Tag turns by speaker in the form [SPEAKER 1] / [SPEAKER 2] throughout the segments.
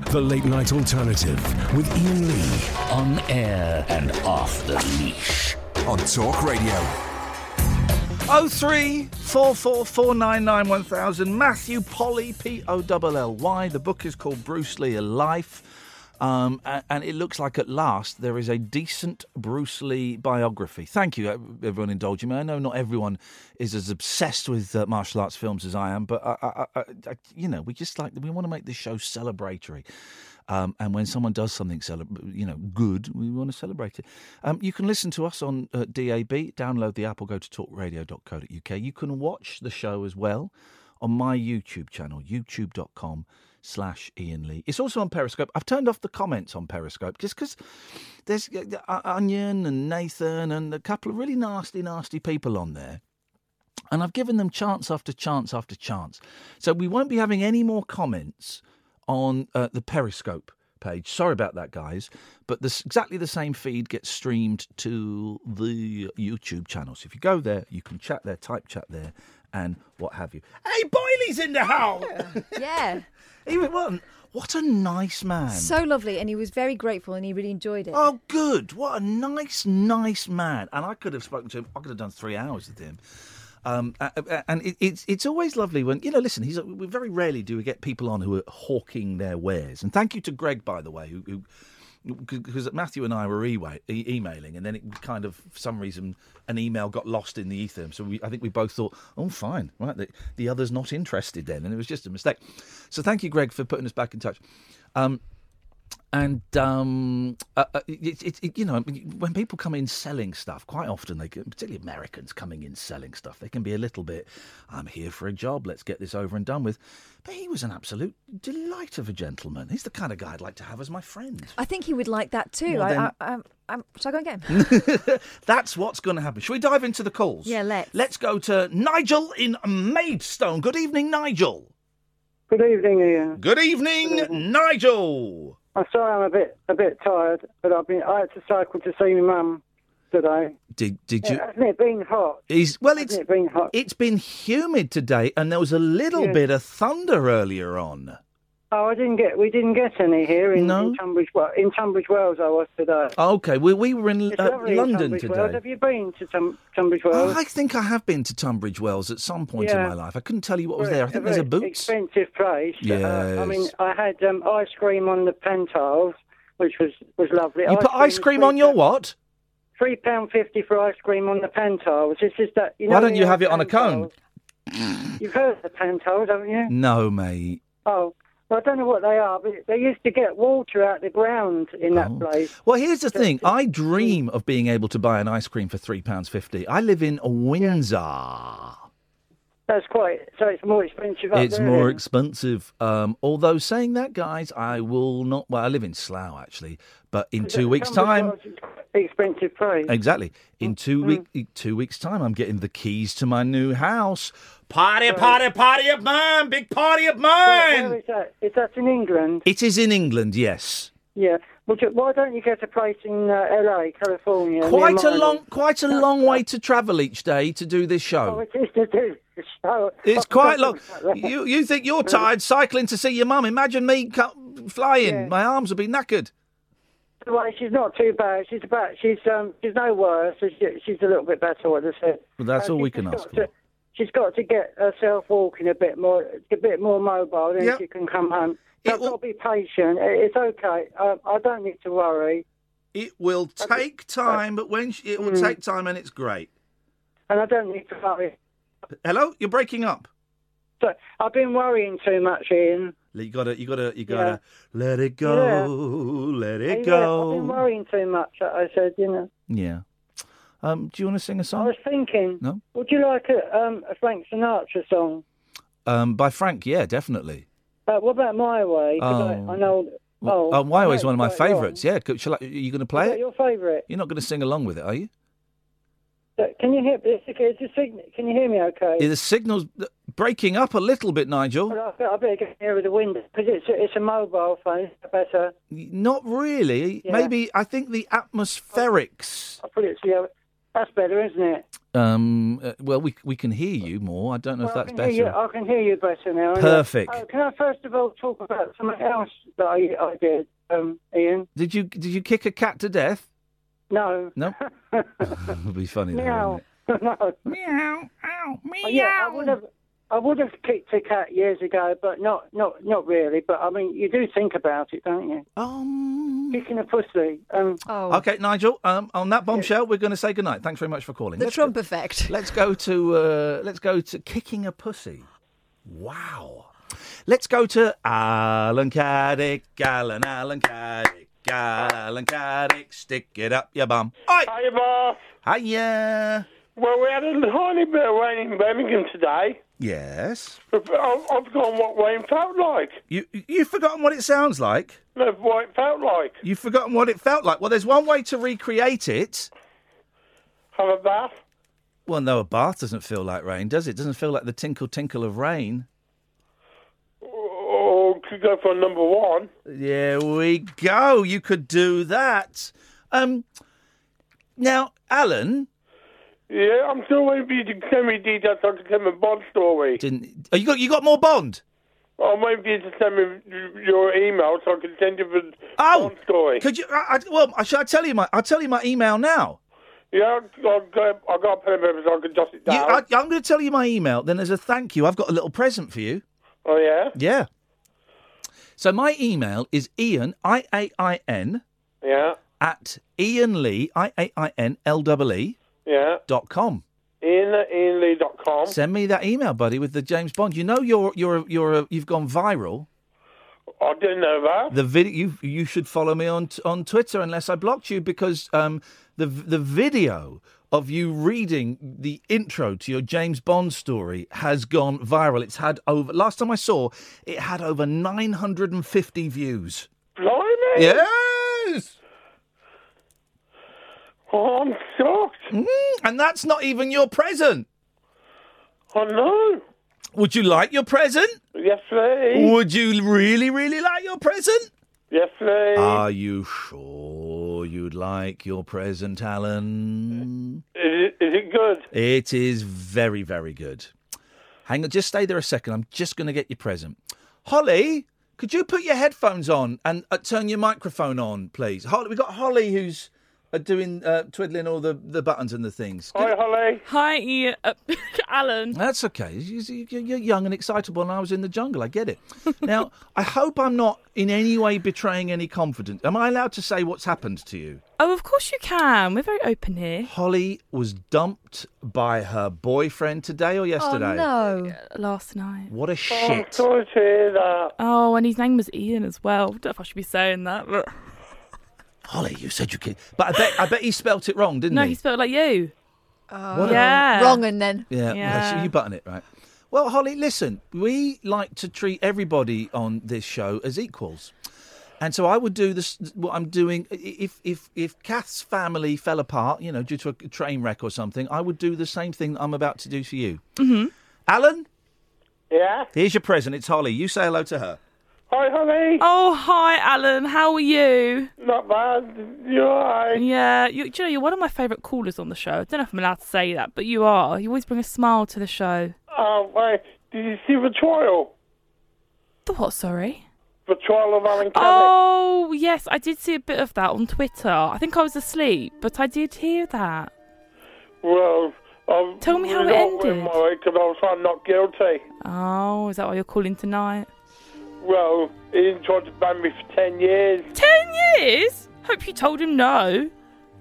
[SPEAKER 1] The Late Night Alternative with Ian Lee.
[SPEAKER 2] On air and off the leash.
[SPEAKER 3] on Talk Radio.
[SPEAKER 4] Oh three four four four nine nine one thousand. Matthew Polly P O L L Y. The book is called Bruce Lee: A Life, um, a- and, it looks like at last there is a decent Bruce Lee biography. Thank you, uh, everyone indulging me. I know not everyone is as obsessed with uh, martial arts films as I am, but I, I, I, I, you know, we just like we want to make this show celebratory. Um, and when someone does something, celeb- you know, good, we want to celebrate it. Um, you can listen to us on uh, DAB, download the app, or go to talkradio.co.uk. You can watch the show as well on my YouTube channel, youtube.com slash Ian Lee. It's also on Periscope. I've turned off the comments on Periscope just because there's uh, uh, Onion and Nathan and a couple of really nasty, nasty people on there. And I've given them chance after chance after chance. So we won't be having any more comments on uh, the Periscope page. Sorry about that, guys. But this, exactly the same feed gets streamed to the YouTube channel. So if you go there, you can chat there, type chat there, and what have you. Hey, Boiley's in the house!
[SPEAKER 5] Yeah,
[SPEAKER 4] He was- what, what a nice man.
[SPEAKER 5] so lovely, and he was very grateful, and he really enjoyed it.
[SPEAKER 4] Oh, good. What a nice, nice man. And I could have spoken to him. I could have done three hours with him. Um, a- a- and it, it's it's always lovely when you know. Listen, he's we very rarely do we get people on who are hawking their wares. And thank you to Greg, by the way, who. who because Matthew and I were e- e- emailing, and then it kind of, for some reason, an email got lost in the ether. So we, I think we both thought, oh, fine, right, the, the other's not interested then, and it was just a mistake. So thank you, Greg, for putting us back in touch. Um, and um, uh, uh, it, it, it, you know, when people come in selling stuff, quite often they, can, particularly Americans coming in selling stuff, they can be a little bit, "I'm here for a job. Let's get this over and done with." But he was an absolute delight of a gentleman. He's the kind of guy I'd like to have as my friend.
[SPEAKER 5] I think he would like that too.
[SPEAKER 4] Well,
[SPEAKER 5] I,
[SPEAKER 4] then-
[SPEAKER 5] I, I'm, I'm, shall I go and get him?
[SPEAKER 4] That's what's going to happen. Shall we dive into the calls?
[SPEAKER 5] Yeah, let's.
[SPEAKER 4] Let's go to Nigel in Maidstone. Good evening, Nigel.
[SPEAKER 6] Good evening, Ian.
[SPEAKER 4] Good evening, Nigel.
[SPEAKER 6] I'm sorry I'm a bit a bit tired, but I've been I had to cycle to see my mum today.
[SPEAKER 4] Did did you?
[SPEAKER 6] Yeah, hasn't it been hot?
[SPEAKER 4] Is well, it's
[SPEAKER 6] Hasn't it been hot?
[SPEAKER 4] It's been humid today, and there was a little
[SPEAKER 6] Yeah.
[SPEAKER 4] bit of thunder earlier on.
[SPEAKER 6] Oh, I didn't get we didn't get any here in,
[SPEAKER 4] No?
[SPEAKER 6] in Tunbridge well, in Tunbridge Wells. I was today.
[SPEAKER 4] Okay, we, we were in
[SPEAKER 6] It's
[SPEAKER 4] uh,
[SPEAKER 6] lovely in
[SPEAKER 4] London
[SPEAKER 6] Tunbridge Wells. Have
[SPEAKER 4] today. Oh,
[SPEAKER 6] you been to Tum- Tunbridge Wells?
[SPEAKER 4] I think I have been to Tunbridge Wells at some point in
[SPEAKER 6] Yeah.
[SPEAKER 4] my life. I couldn't tell you what was
[SPEAKER 6] Very-
[SPEAKER 4] there. I think there's a
[SPEAKER 6] very
[SPEAKER 4] Boots.
[SPEAKER 6] Expensive place. Uh, I mean,
[SPEAKER 4] Yes.
[SPEAKER 6] I had um, ice cream on the Pentiles, which was was lovely.
[SPEAKER 4] You put ice cream on your what?
[SPEAKER 6] Three pound fifty for ice cream on the Pentiles. This is that. You know
[SPEAKER 4] Why don't
[SPEAKER 6] the
[SPEAKER 4] you
[SPEAKER 6] old
[SPEAKER 4] have it on a cone?
[SPEAKER 6] Pantiles? You've heard of the Pentiles, haven't you?
[SPEAKER 4] No, mate.
[SPEAKER 6] Oh, well, I don't know what they are, but they used to get water out the ground in that
[SPEAKER 4] Oh.
[SPEAKER 6] place.
[SPEAKER 4] Well, here's the thing. I dream of being able to buy an ice cream for three pounds fifty. I live in Windsor.
[SPEAKER 6] That's quite. So it's more expensive up
[SPEAKER 4] It's
[SPEAKER 6] there.
[SPEAKER 4] more
[SPEAKER 6] then.
[SPEAKER 4] expensive. Um, although saying that, guys, I will not. Well, I live in Slough actually, but in two weeks'
[SPEAKER 6] Tunbridge
[SPEAKER 4] time,
[SPEAKER 6] Wells is quite an Expensive place.
[SPEAKER 4] Exactly.
[SPEAKER 6] Mm,
[SPEAKER 4] In two week, two weeks' time, I'm getting the keys to my new house. Party, party, party of mine! Big party of
[SPEAKER 6] Where
[SPEAKER 4] mine!
[SPEAKER 6] is that? Is that in England?
[SPEAKER 4] It is in England, yes.
[SPEAKER 6] Yeah. Well, ju- why don't you get a place in uh, LA, California? near
[SPEAKER 4] Quite a
[SPEAKER 6] Miami?
[SPEAKER 4] long, quite a long way to travel each day to do this
[SPEAKER 6] Oh,
[SPEAKER 4] show.
[SPEAKER 6] it is to do the show.
[SPEAKER 4] It's
[SPEAKER 6] I've
[SPEAKER 4] quite long.
[SPEAKER 6] forgotten about that.
[SPEAKER 4] You, you think you're
[SPEAKER 6] Mm.
[SPEAKER 4] tired cycling to see your mum? Imagine me co- flying.
[SPEAKER 6] Yeah.
[SPEAKER 4] My arms would be knackered.
[SPEAKER 6] Well, she's not too bad. She's about. She's um. She's no worse. She's, she's a little bit better. What I said.
[SPEAKER 4] Well, that's
[SPEAKER 6] Uh,
[SPEAKER 4] all we
[SPEAKER 6] she's
[SPEAKER 4] can
[SPEAKER 6] just
[SPEAKER 4] ask
[SPEAKER 6] got
[SPEAKER 4] for.
[SPEAKER 6] to- She's got to get herself walking a bit more, a bit more mobile, then
[SPEAKER 4] Yep.
[SPEAKER 6] she can come home.
[SPEAKER 4] It
[SPEAKER 6] I've
[SPEAKER 4] will-
[SPEAKER 6] got to be patient. It- It's okay. Um, I don't need to worry, Hmm.
[SPEAKER 4] It will take time, but when she, it will take
[SPEAKER 6] Mm.
[SPEAKER 4] time, and it's great.
[SPEAKER 6] and I don't need to worry.
[SPEAKER 4] Hello, you're breaking up.
[SPEAKER 6] So I've been worrying too much, Ian.
[SPEAKER 4] You gotta, you gotta, you gotta let it go, let
[SPEAKER 6] Yeah,
[SPEAKER 4] it
[SPEAKER 6] I've been
[SPEAKER 4] go.
[SPEAKER 6] worrying too much. I I said, you know.
[SPEAKER 4] Yeah. Um, do you want to sing a
[SPEAKER 6] I
[SPEAKER 4] song?
[SPEAKER 6] was thinking,
[SPEAKER 4] No.
[SPEAKER 6] would you like a, um, a Frank Sinatra song?
[SPEAKER 4] Um, by Frank, yeah, definitely.
[SPEAKER 6] Uh, what about My Way? 'Cause
[SPEAKER 4] Oh.
[SPEAKER 6] I, I know. Oh,
[SPEAKER 4] um, Why Way is
[SPEAKER 6] no,
[SPEAKER 4] one of my
[SPEAKER 6] it's quite long.
[SPEAKER 4] favourites. Yeah, could, shall I, are you going to
[SPEAKER 6] Is
[SPEAKER 4] play
[SPEAKER 6] that
[SPEAKER 4] it?
[SPEAKER 6] your favourite?
[SPEAKER 4] You're not going to sing along with it, are you?
[SPEAKER 6] Look, Can you hear? Is is the sign- Can you hear me? Okay.
[SPEAKER 4] Yeah, The signal's uh, breaking up a little bit, Nigel.
[SPEAKER 6] Well, I bet- I better get nearer the window because it's a, it's a mobile phone. It's Better.
[SPEAKER 4] Not really.
[SPEAKER 6] Yeah.
[SPEAKER 4] Maybe I think the atmospherics.
[SPEAKER 6] I'll put it to the other. That's better, isn't it?
[SPEAKER 4] Um, uh, well, we we can hear you more. I don't know
[SPEAKER 6] Well,
[SPEAKER 4] if
[SPEAKER 6] I
[SPEAKER 4] that's
[SPEAKER 6] can
[SPEAKER 4] better.
[SPEAKER 6] Hear you, I can hear you better now. isn't it?
[SPEAKER 4] Perfect.
[SPEAKER 6] Oh, can I first of all talk about something else that I, I did, um, Ian?
[SPEAKER 4] Did you did you kick a cat to death?
[SPEAKER 6] No.
[SPEAKER 4] No. It'd be funny. That,
[SPEAKER 6] Meow.
[SPEAKER 4] wouldn't it?
[SPEAKER 6] no.
[SPEAKER 2] Meow, ow, meow.
[SPEAKER 6] Oh, yeah, I would have. I would have kicked a cat years ago, but not, not, not really. But I mean, you do think about it, don't you?
[SPEAKER 4] Um.
[SPEAKER 6] Kicking a pussy. Um,
[SPEAKER 5] Oh,
[SPEAKER 4] Okay, Nigel. Um, on that bombshell, we're going to say goodnight. Thanks very much for calling.
[SPEAKER 5] the
[SPEAKER 4] Let's
[SPEAKER 5] Trump
[SPEAKER 4] go-
[SPEAKER 5] effect.
[SPEAKER 4] Let's go to uh, let's go to kicking a pussy. Wow. Let's go to Alan Caddick, Alan, Alan Caddick, Alan Caddick. Stick it up your bum. Oi,
[SPEAKER 3] Hiya, boss.
[SPEAKER 4] hiya.
[SPEAKER 3] Well, we had a tiny bit of rain in Birmingham today.
[SPEAKER 4] Yes.
[SPEAKER 3] I've, I've gone what rain felt like.
[SPEAKER 4] You you've forgotten what it sounds like.
[SPEAKER 3] That's what it felt like.
[SPEAKER 4] You've forgotten what it felt like. Well, there's one way to recreate it.
[SPEAKER 3] Have a bath.
[SPEAKER 4] Well, no, a bath doesn't feel like rain, does it? Doesn't feel like the tinkle tinkle of rain.
[SPEAKER 3] Or could go for number one.
[SPEAKER 4] There we go. You could do that. Um, now, Alan,
[SPEAKER 3] Yeah, I'm still waiting for you to send me details on to send me Bond story.
[SPEAKER 4] didn't oh, you got you got more Bond?
[SPEAKER 3] I'm waiting for Oh, you to send me your email so I can send you the
[SPEAKER 4] Oh,
[SPEAKER 3] Bond story.
[SPEAKER 4] could you? I, I, well, I- should I tell you my? I'll tell you my email now.
[SPEAKER 3] Yeah, I've got, I've got a pen and paper so I can jot it
[SPEAKER 4] You-
[SPEAKER 3] down.
[SPEAKER 4] I, I'm going to tell you my email. Then, as a thank you, I've got a little present for you.
[SPEAKER 3] oh, yeah?
[SPEAKER 4] Yeah. So my email is Ian I A I N
[SPEAKER 3] Yeah,
[SPEAKER 4] at Ian Lee I A I N L double E
[SPEAKER 3] yeah.
[SPEAKER 4] dot com.
[SPEAKER 3] Ian at ianlee.com.
[SPEAKER 4] Send me that email, buddy, with the James Bond. You know you're you're you're a, you've gone viral.
[SPEAKER 3] I didn't know that.
[SPEAKER 4] The video you you should follow me on t- on Twitter unless I blocked you because um the the video of you reading the intro to your James Bond story has gone viral. It's had over last time I saw it had over 950 views.
[SPEAKER 3] Blimey!
[SPEAKER 4] Yes.
[SPEAKER 3] Oh, I'm shocked.
[SPEAKER 4] Mm, and that's not even your present.
[SPEAKER 3] I know.
[SPEAKER 4] Would you like your present?
[SPEAKER 3] Yes, please.
[SPEAKER 4] Would you really really like your present? Ah.
[SPEAKER 3] Yes, please.
[SPEAKER 4] Are you sure you'd like your present, Alan?
[SPEAKER 3] is, it, is it good?
[SPEAKER 4] It is very, very good. Hang on, just stay there a second. I'm just going to get your present. Holly, could you put your headphones on and uh, turn your microphone on, please? Holly, we've got Holly who's uh, doing uh, twiddling all the, the buttons and the things.
[SPEAKER 3] Hi, Holly.
[SPEAKER 7] Hi, Ian. Uh, Alan.
[SPEAKER 4] That's okay. You- you- You're young and excitable, and I was in the jungle. I get it. Now, I hope I'm not in any way betraying any confidence. Am I allowed to say what's happened to you?
[SPEAKER 7] Oh, of course you can. We're very open here.
[SPEAKER 4] Holly was dumped by her boyfriend today or
[SPEAKER 5] Oh
[SPEAKER 4] yesterday.
[SPEAKER 5] no!
[SPEAKER 7] Last night.
[SPEAKER 4] What a
[SPEAKER 3] Oh, I'm
[SPEAKER 4] shit.
[SPEAKER 3] sorry to hear that.
[SPEAKER 7] Oh, and his name was Ian as well. don't know if I should be saying that, but
[SPEAKER 4] Holly, you said you could. But I bet I bet he spelt it wrong, didn't
[SPEAKER 7] no,
[SPEAKER 4] he?
[SPEAKER 7] he spelled like you.
[SPEAKER 4] What a-
[SPEAKER 7] yeah.
[SPEAKER 5] Oh, Wrong and then.
[SPEAKER 4] yeah, well,
[SPEAKER 7] Yeah.
[SPEAKER 4] so you button it, right? Well, Holly, listen, we like to treat everybody on this show as equals. And so I would do this. What I'm doing, if if if Kath's family fell apart, you know, due to a train wreck or something, I would do the same thing that I'm about to do for you. Mm-hmm. Alan,
[SPEAKER 3] Yeah?
[SPEAKER 4] here's your present. It's Holly. You say hello to her.
[SPEAKER 3] Hi, Holly.
[SPEAKER 7] Oh, hi, Alan. How are you?
[SPEAKER 3] Not bad. You're alright.
[SPEAKER 7] Yeah, you, do you know, you're one of my favourite callers on the show. I don't know if I'm allowed to say that, but you are. You always bring a smile to the show.
[SPEAKER 3] Oh, wait. Did you see the trial?
[SPEAKER 7] The what, sorry?
[SPEAKER 3] The trial of Alan Caddick?
[SPEAKER 7] Oh, yes, I did see a bit of that on Twitter. I think I was asleep, but I did hear that.
[SPEAKER 3] Well, I've
[SPEAKER 7] Tell me how it ended.
[SPEAKER 3] Because I was found not guilty.
[SPEAKER 7] Oh, is that why you're calling tonight?
[SPEAKER 3] Well, he tried to ban me for 10 years.
[SPEAKER 7] Ten years? Hope you told him no.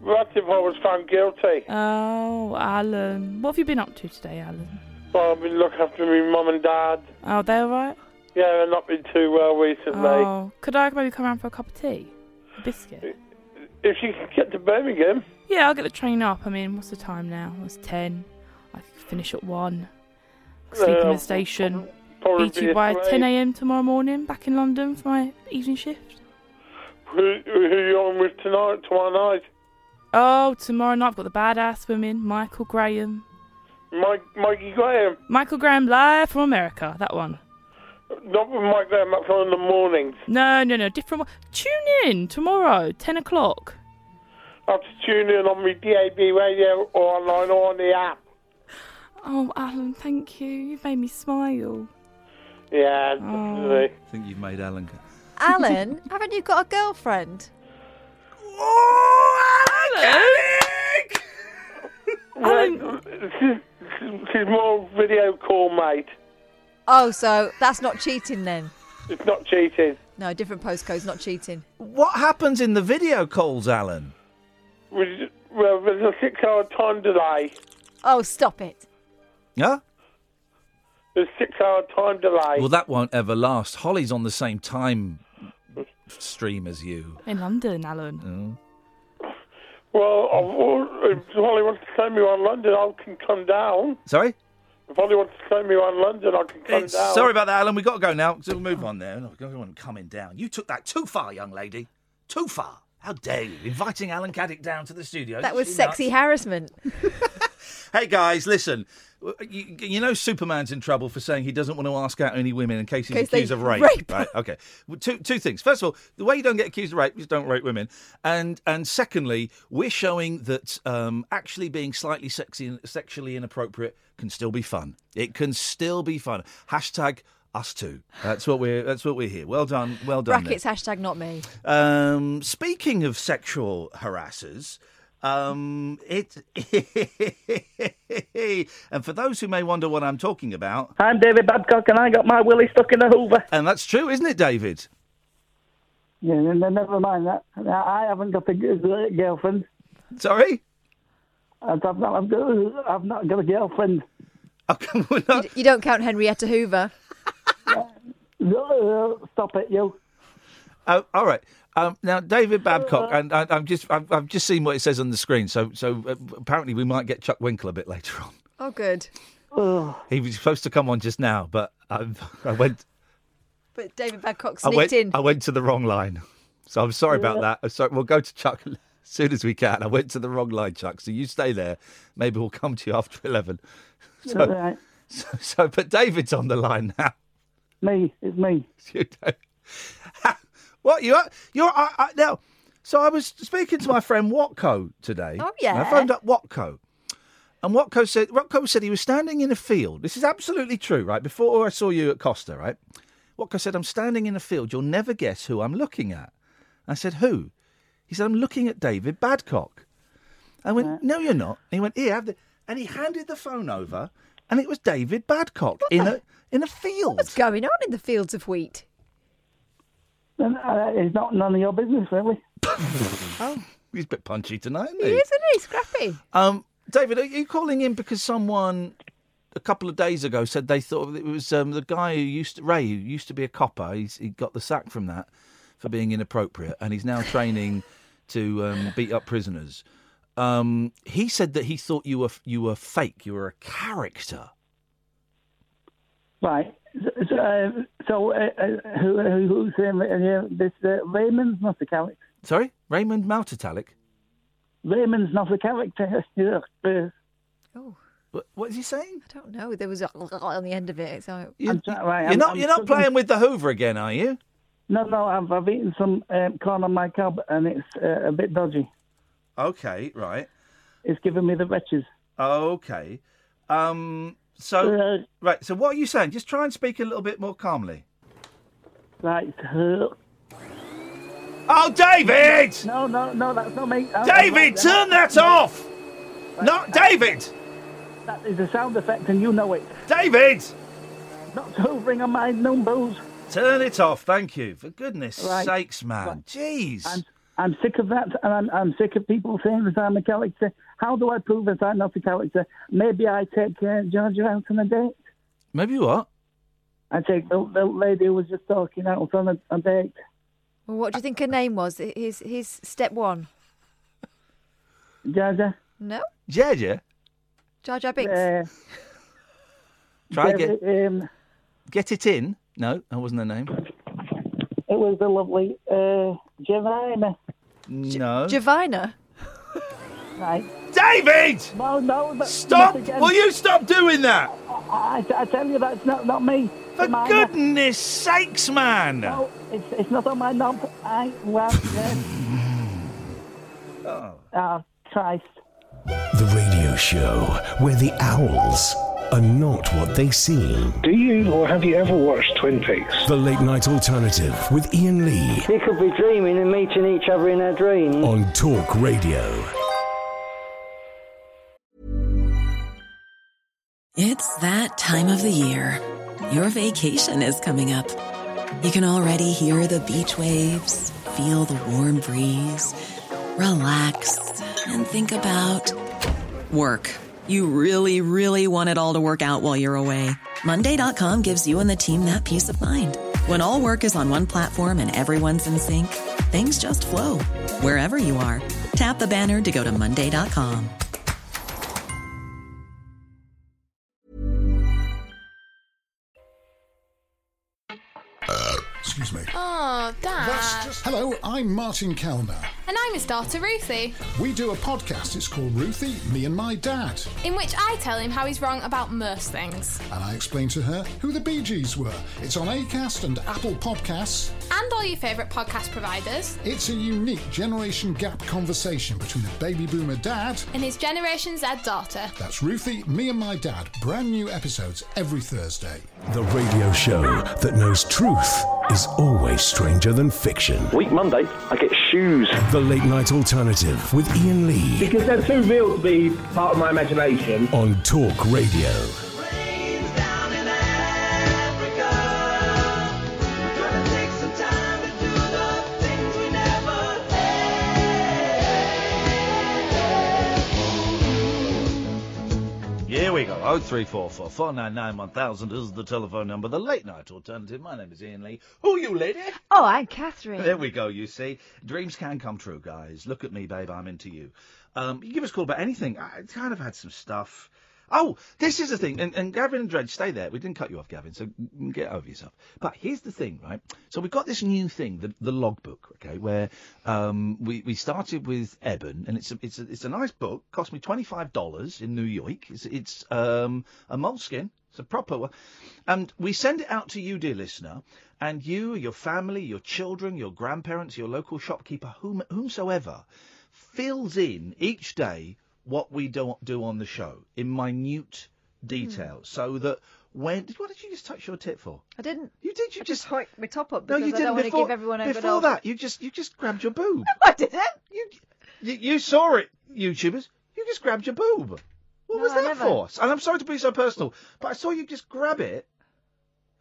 [SPEAKER 3] That's if I was found guilty.
[SPEAKER 7] Oh, Alan. What have you been up to today, Alan?
[SPEAKER 3] Well, I've been looking after my mum and dad.
[SPEAKER 7] Oh, they all right?
[SPEAKER 3] Yeah, they've not been too well recently.
[SPEAKER 7] Oh, could I maybe come round for a cup of tea? A biscuit?
[SPEAKER 3] If you can get to Birmingham,
[SPEAKER 7] Yeah, I'll get the train up. I mean, what's the time now? It's 10. I could finish at 1. Sleep in
[SPEAKER 3] Uh,
[SPEAKER 7] the station.
[SPEAKER 3] probably
[SPEAKER 7] Beat you by 10 a.m. tomorrow morning, back in London for my evening shift.
[SPEAKER 3] Who, who are you on with tonight, tomorrow night?
[SPEAKER 7] Oh, tomorrow night I've got the badass women, Michael Graham.
[SPEAKER 3] Mike, Mikey Graham.
[SPEAKER 7] Michael Graham live from America, that one.
[SPEAKER 3] Not with Mike Graham, that's on in the mornings.
[SPEAKER 7] No, no, no, different one. Tune in tomorrow, 10 o'clock.
[SPEAKER 3] I have to tune in on my DAB radio or online or on the app.
[SPEAKER 7] Oh, Alan, thank you. You've made me smile. Oh.
[SPEAKER 3] Yeah, definitely.
[SPEAKER 4] I think you've made Alan. go-
[SPEAKER 5] Alan, haven't you got a girlfriend?
[SPEAKER 7] Oh, Alan,
[SPEAKER 3] This is, this is more video call, mate.
[SPEAKER 5] Oh, so that's not cheating then.
[SPEAKER 3] It's not cheating.
[SPEAKER 5] No, different postcode's not cheating.
[SPEAKER 4] What happens in the video calls, Alan?
[SPEAKER 3] We- Well, there's a six-hour time delay.
[SPEAKER 5] Oh, stop it.
[SPEAKER 4] Yeah.
[SPEAKER 3] There's a six-hour time delay.
[SPEAKER 4] Well, that won't ever last. Holly's on the same time stream as you.
[SPEAKER 7] in London, Alan.
[SPEAKER 4] Oh.
[SPEAKER 3] Well, I've, al- if Holly wants to send me on London, I can come down.
[SPEAKER 4] Sorry.
[SPEAKER 3] If Holly wants to send me on London, I can come
[SPEAKER 4] It's-
[SPEAKER 3] down.
[SPEAKER 4] sorry about that, Alan. We've got to go now. So we'll move on there. Look, everyone coming down. You took that too far, young lady. Too far. How dare you? Inviting Alan Caddick down to the studio.
[SPEAKER 5] That
[SPEAKER 4] Isn't
[SPEAKER 5] was
[SPEAKER 4] she
[SPEAKER 5] sexy
[SPEAKER 4] nuts?
[SPEAKER 5] harassment.
[SPEAKER 4] Hey, guys, listen. You, you know Superman's in trouble for saying he doesn't want to ask out any women in case he's
[SPEAKER 5] Case they
[SPEAKER 4] accused of rape.
[SPEAKER 5] rape.
[SPEAKER 4] Right, okay. Well, two, two things. First of all, the way you don't get accused of rape is don't rape women. And and secondly, we're showing that um, actually being slightly sexy and sexually inappropriate can still be fun. It can still be fun. Hashtag us too. That's what we're that's what we're here. Well done. Well done. Nick.
[SPEAKER 5] Brackets, hashtag not me.
[SPEAKER 4] Um, speaking of sexual harassers, um, it and for those who may wonder what I'm talking about,
[SPEAKER 8] I'm David Babcock, and I got my willy stuck in a Hoover.
[SPEAKER 4] and that's true, isn't it, David?
[SPEAKER 9] Yeah, no, no, never mind that. No, I haven't got a g- g- girlfriend.
[SPEAKER 4] Sorry,
[SPEAKER 9] I've not, I've, got, I've not got a girlfriend.
[SPEAKER 4] Okay, we're not-
[SPEAKER 5] You- You don't count Henrietta Hoover.
[SPEAKER 9] Uh, Stop it, you.
[SPEAKER 4] Oh, all right. Um, now, David Babcock, and I, I'm just I've, I've just seen what it says on the screen. So, so uh, apparently we might get Chuck Winkle a bit later on.
[SPEAKER 5] Oh, good.
[SPEAKER 4] He was supposed to come on just now, but I, I went
[SPEAKER 5] But David Babcock
[SPEAKER 4] I
[SPEAKER 5] sneaked
[SPEAKER 4] went,
[SPEAKER 5] in.
[SPEAKER 4] I went to the wrong line. So I'm sorry about that. I'm sorry. We'll go to Chuck as soon as we can. I went to the wrong line, Chuck. So you stay there. Maybe we'll come to you after 11. So,
[SPEAKER 9] Right.
[SPEAKER 4] so, so but David's on the line now.
[SPEAKER 9] Me, it's me.
[SPEAKER 4] You know. what you up? You're I, I, now. So I was speaking to my friend Watco today. And
[SPEAKER 5] Oh,
[SPEAKER 4] I
[SPEAKER 5] yeah.
[SPEAKER 4] phoned up Watco, and Watco said Watco said he was standing in a field. This is absolutely true, right? Before I saw you at Costa, right? Watco said, "I'm standing in a field. You'll never guess who I'm looking at." I said, "Who?" He said, "I'm looking at David Badcock." I went, "No, you're not." And he went, "Here, have the," and he handed the phone over, and it was David Badcock in a in a field.
[SPEAKER 5] What's going on in the fields of wheat?
[SPEAKER 9] And, uh, It's not none of your business, really.
[SPEAKER 4] Oh, He's a bit punchy tonight, isn't
[SPEAKER 5] He
[SPEAKER 4] he?
[SPEAKER 5] is, isn't he? Scrappy.
[SPEAKER 4] Um, David, are you calling in because someone a couple of days ago said they thought it was um, the guy who used to Ray, who used to be a copper. He's, he got the sack from that for being inappropriate, and he's now training to um, beat up prisoners. Um, he said that he thought you were you were fake, you were a character.
[SPEAKER 9] Right. So, so, uh, so uh, uh, who, who, who's saying that, uh, this? Uh, Raymond's not the character.
[SPEAKER 4] Sorry, Raymond Maltatalic.
[SPEAKER 9] Raymond's not the character. Yeah, uh,
[SPEAKER 5] Oh,
[SPEAKER 4] What, what is he saying?
[SPEAKER 5] I don't know. There was a on the end of it. So
[SPEAKER 4] You,
[SPEAKER 9] I'm sorry, right,
[SPEAKER 4] you're
[SPEAKER 9] I'm-
[SPEAKER 4] not
[SPEAKER 9] I'm
[SPEAKER 4] you're not
[SPEAKER 9] struggling.
[SPEAKER 4] playing with the Hoover again, are you?
[SPEAKER 9] No, no, I've, I've eaten some um, corn on my cob and it's uh, a bit dodgy.
[SPEAKER 4] Okay, right.
[SPEAKER 9] It's giving me the wretches.
[SPEAKER 4] Okay. Um, so
[SPEAKER 9] Uh,
[SPEAKER 4] Right, so what are you saying? Just try and speak a little bit more calmly.
[SPEAKER 9] right. Uh,
[SPEAKER 4] Oh, David!
[SPEAKER 9] no, no, no, that's not me. I'm-
[SPEAKER 4] David, turn
[SPEAKER 9] I'm-
[SPEAKER 4] that off! No, David!
[SPEAKER 9] That is a sound effect and you know it.
[SPEAKER 4] David!
[SPEAKER 9] Not hovering on my numbers.
[SPEAKER 4] Turn it off, thank you. For goodness
[SPEAKER 9] Right.
[SPEAKER 4] sakes, man.
[SPEAKER 9] Right.
[SPEAKER 4] Jeez.
[SPEAKER 9] I'm, I'm sick of that, and I'm, I'm sick of people saying that I'm a character. How do I prove that I'm not a character? Maybe I take uh, Georgia out on a date.
[SPEAKER 4] Maybe what?
[SPEAKER 9] I take the, the lady who was just talking out on a, a date.
[SPEAKER 5] well, what do you think her name was? His his step one.
[SPEAKER 9] Georgia.
[SPEAKER 5] No,
[SPEAKER 4] Yeah, yeah.
[SPEAKER 5] Jar Jar Binks.
[SPEAKER 9] Uh,
[SPEAKER 4] Try
[SPEAKER 9] David,
[SPEAKER 4] get
[SPEAKER 9] um,
[SPEAKER 4] get it in. No, that wasn't her name.
[SPEAKER 9] it was the lovely uh, Jemima.
[SPEAKER 4] No.
[SPEAKER 5] Javina.
[SPEAKER 9] Right.
[SPEAKER 4] David!
[SPEAKER 9] No, no. That,
[SPEAKER 4] Stop!
[SPEAKER 9] not again.
[SPEAKER 4] Will you stop doing that?
[SPEAKER 9] I, I tell you, that's not, not me.
[SPEAKER 4] For
[SPEAKER 9] Jemima.
[SPEAKER 4] goodness sakes, man!
[SPEAKER 9] No, it's, it's not on my knob. I well. Uh,
[SPEAKER 6] Oh, Christ.
[SPEAKER 1] The radio show where the owls are not what they seem.
[SPEAKER 10] Do you or have you ever watched Twin Peaks?
[SPEAKER 1] The late night alternative with Ian Lee
[SPEAKER 11] We could be dreaming and meeting each other in our dreams.
[SPEAKER 1] on Talk Radio.
[SPEAKER 12] It's that time of the year. Your vacation is coming up. You can already hear the beach waves, feel the warm breeze, relax, and think about work. You really, really want it all to work out while you're away. Monday.com gives you and the team that peace of mind. When all work is on one platform and everyone's in sync, things just flow wherever you are. Tap the banner to go to Monday.com.
[SPEAKER 13] Excuse me.
[SPEAKER 14] Oh, Dad.
[SPEAKER 13] Hello, I'm Martin Kellner.
[SPEAKER 14] And I'm his daughter Ruthie,
[SPEAKER 13] We do a podcast. It's called Ruthie, Me and My Dad.
[SPEAKER 14] in which I tell him how he's wrong about most things.
[SPEAKER 13] And I explain to her who the Bee Gees were. It's on ACAST and Apple Podcasts.
[SPEAKER 14] And all your favourite podcast providers.
[SPEAKER 13] It's a unique generation gap conversation between a baby boomer dad.
[SPEAKER 14] And his Generation Z daughter.
[SPEAKER 13] That's Ruthie, Me and My Dad. Brand new episodes every Thursday.
[SPEAKER 1] The radio show that knows truth is always stranger than fiction.
[SPEAKER 15] Week Monday, I get shoes.
[SPEAKER 1] The late night alternative with Ian Lee
[SPEAKER 15] Because they're too real to be part of my imagination.
[SPEAKER 1] on Talk Radio.
[SPEAKER 4] Here we go. Oh three four four four nine nine one thousand is the telephone number. The late night alternative. My name is Ian Lee. Who you lady?
[SPEAKER 5] Oh, I'm Catherine.
[SPEAKER 4] There we go. You see, dreams can come true, guys. Look at me, babe. I'm into you. Um, you give us a call about anything. I kind of had some stuff. Oh, this is the thing. And, and Gavin and Dredge, stay there. We didn't cut you off, Gavin. So get over yourself. But here's the thing, right? So we've got this new thing, the, the logbook, okay? Where um, we we started with Eben, and it's a, it's a, it's a nice book. Cost me twenty five dollars in New York. It's it's um, a moleskin. It's a proper one. And we send it out to you, dear listener, and you, your family, your children, your grandparents, your local shopkeeper, whom, whomsoever, fills in each day what we do, do on the show in minute
[SPEAKER 5] Hmm.
[SPEAKER 4] detail so that when. What did you just touch your tit for?
[SPEAKER 5] I didn't.
[SPEAKER 4] You did. You
[SPEAKER 5] just hiked my top up
[SPEAKER 4] No,
[SPEAKER 5] because
[SPEAKER 4] you
[SPEAKER 5] I
[SPEAKER 4] didn't
[SPEAKER 5] don't want to
[SPEAKER 4] before,
[SPEAKER 5] give everyone a good
[SPEAKER 4] before
[SPEAKER 5] old.
[SPEAKER 4] that. You just you just grabbed your boob.
[SPEAKER 5] I didn't.
[SPEAKER 4] You, you, you saw it, YouTubers. You just grabbed your boob. What was
[SPEAKER 5] I
[SPEAKER 4] that
[SPEAKER 5] never.
[SPEAKER 4] for? And I'm sorry to be so personal, but I saw you just grab it.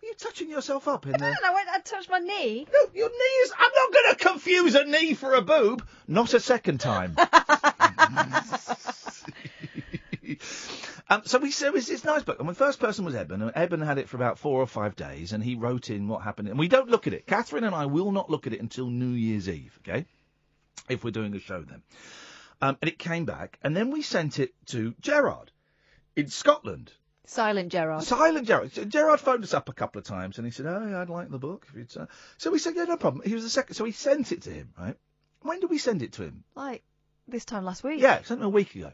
[SPEAKER 4] Were you touching yourself up in there?
[SPEAKER 5] And I went. I touched my knee.
[SPEAKER 4] No, your knee is. I'm not going to confuse a knee for a boob. Not a second time. Um, so we so it's, it's nice book. And the first person was Eben, and Eben had it for about four or five days, and he wrote in what happened. And we don't look at it. Catherine and I will not look at it until New Year's Eve. Okay, if we're doing a show then. Um, and it came back, and then we sent it to Gerard in Scotland.
[SPEAKER 5] Silent Gerard.
[SPEAKER 4] Silent Gerard. So Gerard phoned us up a couple of times and he said, "Oh, yeah, I'd like the book." If you'd, uh, so we said, "Yeah, no problem." He was the second, so we sent it to him. Right? When did we send it to him?
[SPEAKER 5] like this time last week.
[SPEAKER 4] Yeah, sent him a week ago.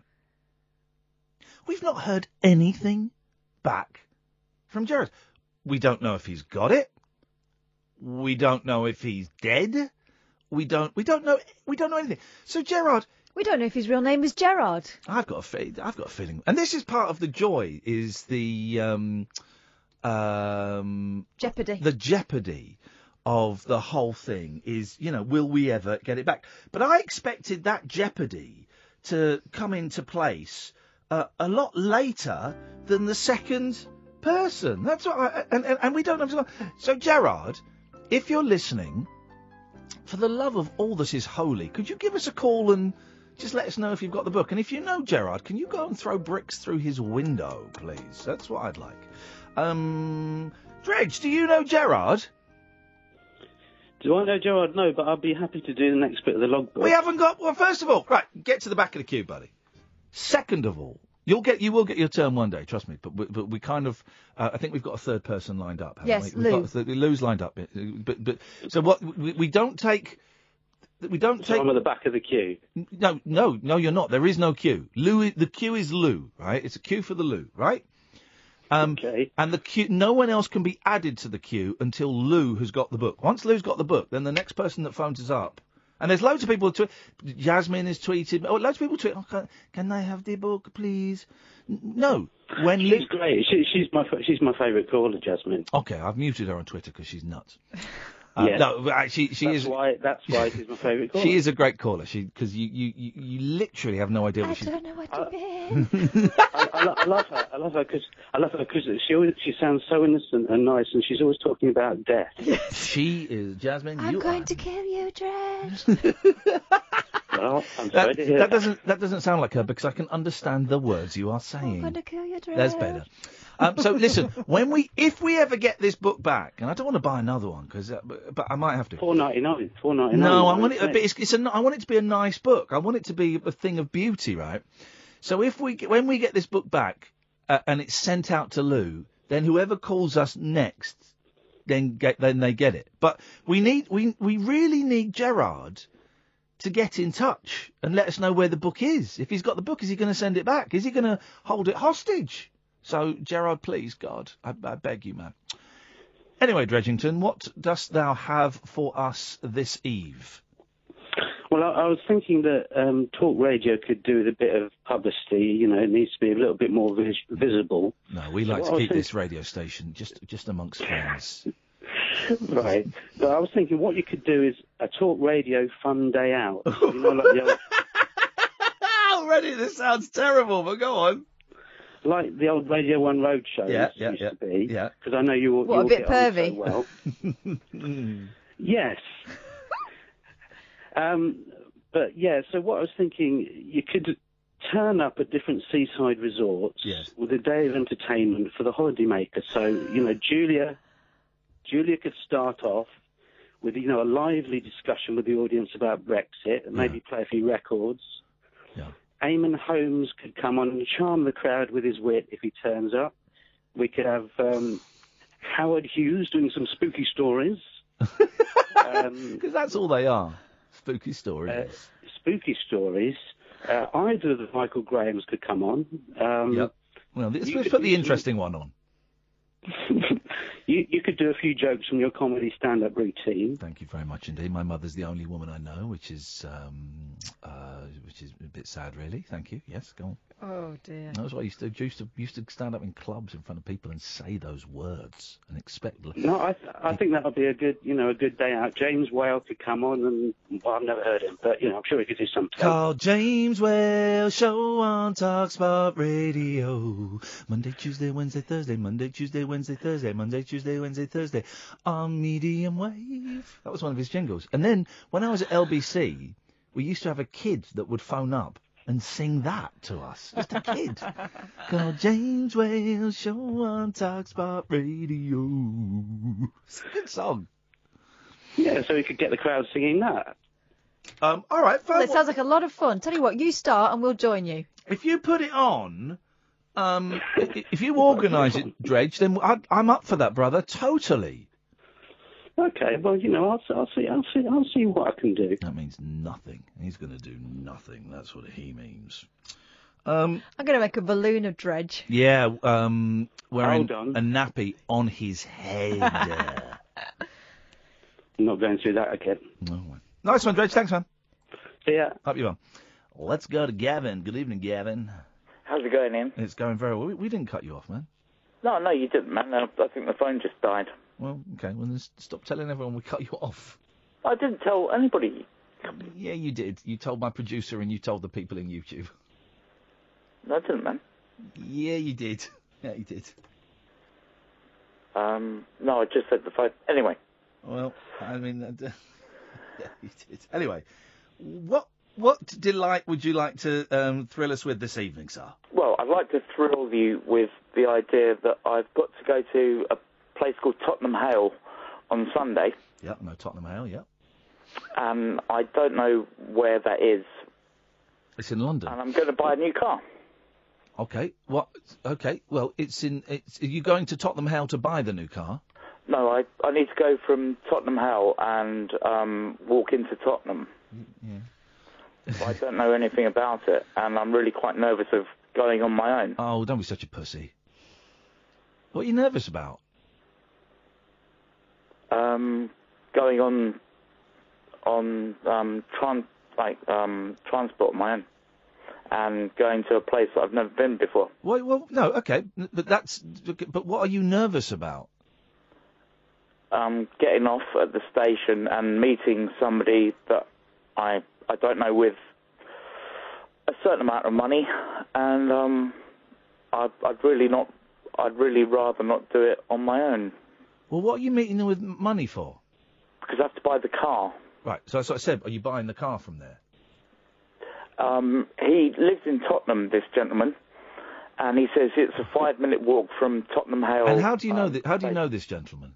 [SPEAKER 4] We've not heard anything back from Gerard. We don't know if he's got it. We don't know if he's dead. We don't. We don't know. We don't know anything. So Gerard,
[SPEAKER 5] We don't know if his real name is Gerard.
[SPEAKER 4] I've got a fe- I've got a feeling, and this is part of the joy is the um, um,
[SPEAKER 5] Jeopardy.
[SPEAKER 4] the jeopardy of the whole thing is, you know, will we ever get it back? But I expected that jeopardy to come into place uh, a lot later than the second person. That's what I, and, and, and we don't have to. So, Gerard, if you're listening, for the love of all that is holy, could you give us a call and just let us know if you've got the book? And if you know Gerard, can you go and throw bricks through his window, please? That's what I'd like. Um, Dredge, do you know Gerard?
[SPEAKER 16] Do I know Gerard? No, but I'd be happy to do the next bit of the logbook.
[SPEAKER 4] We haven't got. Well, first of all, right, get to the back of the queue, buddy. Second of all, you'll get, you will get your turn one day, trust me. But we, but we kind of, uh, I think we've got a third person lined up. haven't
[SPEAKER 5] Yes,
[SPEAKER 4] we? We've got
[SPEAKER 5] Lou.
[SPEAKER 4] a third- Lou's lined up. But, but so what? We, we don't take. We don't take.
[SPEAKER 16] I'm at the back of the queue.
[SPEAKER 4] No, no, no, you're not. There is no queue. Lou, i- the queue is Lou, right? It's a queue for the Lou, right? Um, okay. And the queue, no one else can be added to the queue until Lou has got the book. Once Lou's got the book, then the next person that phones us up And there's loads of people. Tw- Jasmine has tweeted. Oh, loads of people tweet. Oh, can, can I have the book, please? N- No. When
[SPEAKER 16] she's great. She, she's my fa- she's my favourite caller, Jasmine.
[SPEAKER 4] Okay, I've muted her on Twitter because she's nuts. Uh,
[SPEAKER 16] Yeah.
[SPEAKER 4] No, but actually, she
[SPEAKER 16] that's
[SPEAKER 4] is.
[SPEAKER 16] Why, that's why she's my favourite caller.
[SPEAKER 4] She is a great caller. She because you, you you you literally have no idea what she's.
[SPEAKER 5] know
[SPEAKER 16] what to Uh, I, I, lo- I love her. I love her because I love her 'cause she always she sounds so innocent and nice, and she's always talking about death.
[SPEAKER 4] She is Jasmine.
[SPEAKER 5] I'm
[SPEAKER 4] you
[SPEAKER 5] going to kill you, Dredge.
[SPEAKER 16] Well, I'm sorry
[SPEAKER 4] that,
[SPEAKER 16] to hear
[SPEAKER 4] that doesn't that doesn't sound like her because I can understand the words you
[SPEAKER 5] Oh,
[SPEAKER 4] are saying.
[SPEAKER 5] going to kill you, Dredge.
[SPEAKER 4] That's better. Um, so listen, when we if we ever get this book back, and I don't want to buy another one because uh, but, but I might have to.
[SPEAKER 16] Four ninety nine. Four ninety nine.
[SPEAKER 4] No, I want it. But it's, it's a, I want it to be a nice book. I want it to be a thing of beauty, right? So if we get- when we get this book back uh, and it's sent out to Lou, then whoever calls us next, then get, then they get it. But we need we we really need Gerard to get in touch and let us know where the book is. If he's got the book, is he going to send it back? Is he going to hold it hostage? So Gerard, please, God, I, I beg you, man. Anyway, Dredgington, what dost thou have for us this eve?
[SPEAKER 16] Well, I, I was thinking that um, talk radio could do with a bit of publicity. You know, it needs to be a little bit more vis- visible.
[SPEAKER 4] No, we like
[SPEAKER 16] Well,
[SPEAKER 4] to
[SPEAKER 16] I
[SPEAKER 4] keep
[SPEAKER 16] think-
[SPEAKER 4] this radio station just just amongst friends.
[SPEAKER 16] Right. But I was thinking what you could do is a talk radio fun day out. You know, like the old,
[SPEAKER 4] Ah, Already, this sounds terrible, but go on.
[SPEAKER 16] like the old Radio One Road shows
[SPEAKER 4] Yeah, yeah,
[SPEAKER 16] used
[SPEAKER 4] yeah,
[SPEAKER 16] to be.
[SPEAKER 4] yeah.
[SPEAKER 16] Because I know you all.
[SPEAKER 5] What,
[SPEAKER 16] you
[SPEAKER 5] a
[SPEAKER 16] all
[SPEAKER 5] bit
[SPEAKER 16] get on so
[SPEAKER 5] pervy?
[SPEAKER 16] well.
[SPEAKER 4] Mm.
[SPEAKER 16] Yes. um, but yeah, so what I was thinking, you could turn up at different seaside resorts with a day of entertainment for the holidaymaker. So you know, Julia, Julia could start off with you know a lively discussion with the audience about Brexit and maybe play a few records. Eamon Holmes could come on and charm the crowd with his wit if he turns up. We could have um, Howard Hughes doing some spooky stories. um,
[SPEAKER 4] Because that's all they are. Spooky stories.
[SPEAKER 16] uh, spooky stories. Uh, either of the Michael Grahams could come on. Um,
[SPEAKER 4] Well, let's,
[SPEAKER 16] you
[SPEAKER 4] let's
[SPEAKER 16] could
[SPEAKER 4] put the
[SPEAKER 16] do-
[SPEAKER 4] interesting one on.
[SPEAKER 16] You, you could do a few jokes from your comedy stand-up routine.
[SPEAKER 4] Thank you very much indeed. My mother's the only woman I know, which is um, uh, which is a bit sad, really. Thank you. Yes, go on.
[SPEAKER 17] Oh dear.
[SPEAKER 4] That's what I used to do. used to used to stand up in clubs in front of people and say those words and expect.
[SPEAKER 16] No, I, I think that would be a good, you know, a good day out. James Whale could come on, and well, I've never heard him, but you know, I'm sure he could do something.
[SPEAKER 4] Call James Well Show on Talkspot Radio. Monday, Tuesday, Wednesday, Thursday. Monday, Tuesday, Wednesday, Thursday. Monday, Tuesday, Wednesday, Thursday. On medium wave. That was one of his jingles. And then when I was at LBC, we used to have a kid that would phone up and sing that to us. Just a kid. Call James Well Show on Talkspot Radio. It's a good song.
[SPEAKER 16] Yeah, so he could get the crowd singing that.
[SPEAKER 4] Um, all right,
[SPEAKER 5] Well, it sounds like a lot of fun. Tell you what, you start and we'll join you.
[SPEAKER 4] If you put it on, um, i- if you organise it, Dredge, then I, I'm up for that, brother. Totally.
[SPEAKER 16] Okay, well, you know, I'll, I'll see, I'll see, I'll see what I can do.
[SPEAKER 4] That means nothing. He's going to do nothing. That's what he means. Um,
[SPEAKER 5] I'm going to make a balloon of Dredge.
[SPEAKER 4] Yeah, um, wearing
[SPEAKER 16] Hold on.
[SPEAKER 4] a nappy on his head. Uh.
[SPEAKER 16] I'm not going through that again.
[SPEAKER 4] nice one, Dredge. Thanks, man.
[SPEAKER 16] See ya.
[SPEAKER 4] Up you are. Let's go to Gavin. Good evening, Gavin.
[SPEAKER 18] How's it going, Ian?
[SPEAKER 4] It's going very well. We, we didn't cut you off, man.
[SPEAKER 18] No, no, you didn't, man. No, I think the phone just died.
[SPEAKER 4] Well, okay. Well, then s- stop telling everyone we cut you off.
[SPEAKER 18] I didn't tell anybody.
[SPEAKER 4] Yeah, you did. You told my producer and you told the people in YouTube.
[SPEAKER 18] No, I didn't, man.
[SPEAKER 4] Yeah, you did. Yeah, you did.
[SPEAKER 18] Um, no, I just said the phone. Anyway,
[SPEAKER 4] Well, I mean, I d- yeah, you did. Anyway, what what delight would you like to um, thrill us with this evening, sir?
[SPEAKER 18] well, I'd like to thrill you with the idea that I've got to go to a place called Tottenham Hale on Sunday,
[SPEAKER 4] Yeah, no Tottenham Hale. Yeah,
[SPEAKER 18] and I don't know where that is.
[SPEAKER 4] it's in London.
[SPEAKER 18] And I'm going to buy a new car.
[SPEAKER 4] Okay. What? Okay. Well, it's in. It's. Are you going to Tottenham Hale to buy the new car?
[SPEAKER 18] No, I I need to go from Tottenham Hale and um, walk into Tottenham. But I don't know anything about it, and I'm really quite nervous of going on my own.
[SPEAKER 4] Oh, don't be such a pussy. What are you nervous about?
[SPEAKER 18] Um, going on on um, tran- like um, transport of my own and going to a place that I've never been before.
[SPEAKER 4] Well, well, no, okay, n- but that's. But what are you nervous about?
[SPEAKER 18] Um, getting off at the station and meeting somebody that I I don't know with a certain amount of money, and um, I'd, I'd really not. I'd really rather not do it on my own
[SPEAKER 4] Well, what are you meeting them with m- money for?
[SPEAKER 18] because I have to buy the car.
[SPEAKER 4] Right. So that's what I said. Are you buying the car from there?
[SPEAKER 18] Um, he lives in Tottenham, this gentleman, and he says it's a five-minute walk from Tottenham Hale.
[SPEAKER 4] And how do you
[SPEAKER 18] um,
[SPEAKER 4] know? Th- how do you know this gentleman?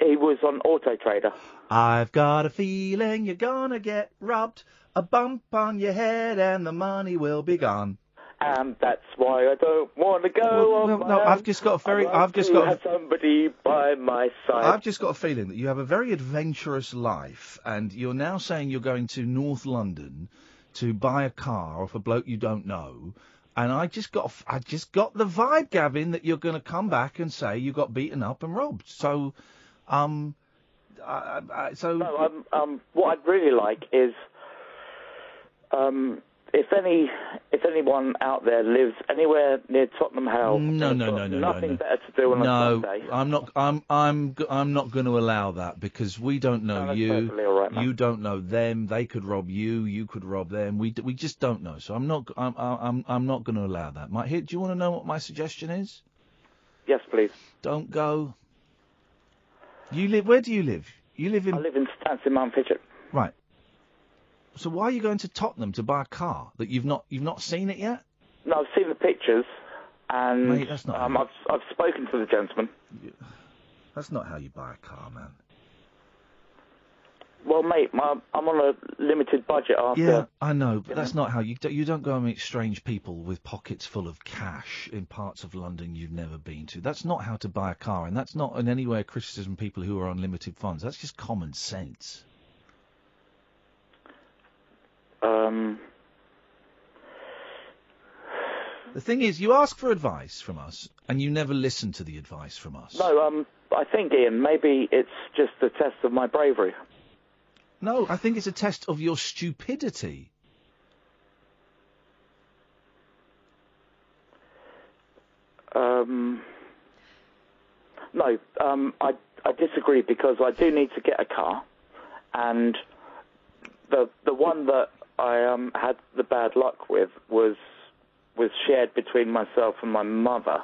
[SPEAKER 18] He was on Auto Trader.
[SPEAKER 4] I've got a feeling you're gonna get robbed. A bump on your head and the money will be gone.
[SPEAKER 18] And that's why I don't want to go
[SPEAKER 4] Well,
[SPEAKER 18] on my
[SPEAKER 4] no,
[SPEAKER 18] own.
[SPEAKER 4] I've just got a very-
[SPEAKER 18] I
[SPEAKER 4] I've just
[SPEAKER 18] to
[SPEAKER 4] got a-
[SPEAKER 18] have somebody by my side.
[SPEAKER 4] I've just got a feeling that you have a very adventurous life, and you're now saying you're going to North London to buy a car off a bloke you don't know. And I just got, I just got the vibe, Gavin, that you're going to come back and say you got beaten up and robbed. So, um, I, I, I- so
[SPEAKER 18] No, um, um, what I'd really like is, um, if any, if anyone out there lives anywhere near Tottenham Hale,
[SPEAKER 4] No,
[SPEAKER 18] I've
[SPEAKER 4] no,
[SPEAKER 18] got
[SPEAKER 4] no, no, no,
[SPEAKER 18] nothing
[SPEAKER 4] no.
[SPEAKER 18] better to do on a
[SPEAKER 4] no,
[SPEAKER 18] Sunday.
[SPEAKER 4] I'm not. I'm. I'm. g- I'm not going to allow that because we don't know you. you don't know them. They could rob you. You could rob them. We. d- We just don't know. So I'm not. g- I'm. I'm. I'm- I'm not going to allow that. My. Here, do you want to know what my suggestion is?
[SPEAKER 18] Yes, please.
[SPEAKER 4] Don't go. You live. Where do you live? You live in. I
[SPEAKER 18] live in Stansted Mount Fitchett.
[SPEAKER 4] Right. So why are you going to Tottenham to buy a car that you've not you've not seen it yet?
[SPEAKER 18] No, I've seen the pictures, and
[SPEAKER 4] Mate, that's not
[SPEAKER 18] um, I've I've spoken to the gentleman.
[SPEAKER 4] That's not how you buy a car, man.
[SPEAKER 18] Well, mate, my, I'm on a limited budget after.
[SPEAKER 4] Yeah, I know, but that's not how you do, you don't go and meet strange people with pockets full of cash in parts of London you've never been to. That's not how to buy a car, and that's not in any way a criticism of people who are on limited funds. That's just common sense.
[SPEAKER 18] Um.
[SPEAKER 4] The thing is, you ask for advice from us, and you never listen to the advice from us.
[SPEAKER 18] No, um, I think Ian, maybe it's just a test of my bravery.
[SPEAKER 4] No, I think it's a test of your stupidity.
[SPEAKER 18] Um, no, um, I, I disagree because I do need to get a car, and the the one that I um, had the bad luck with was was shared between myself and my mother,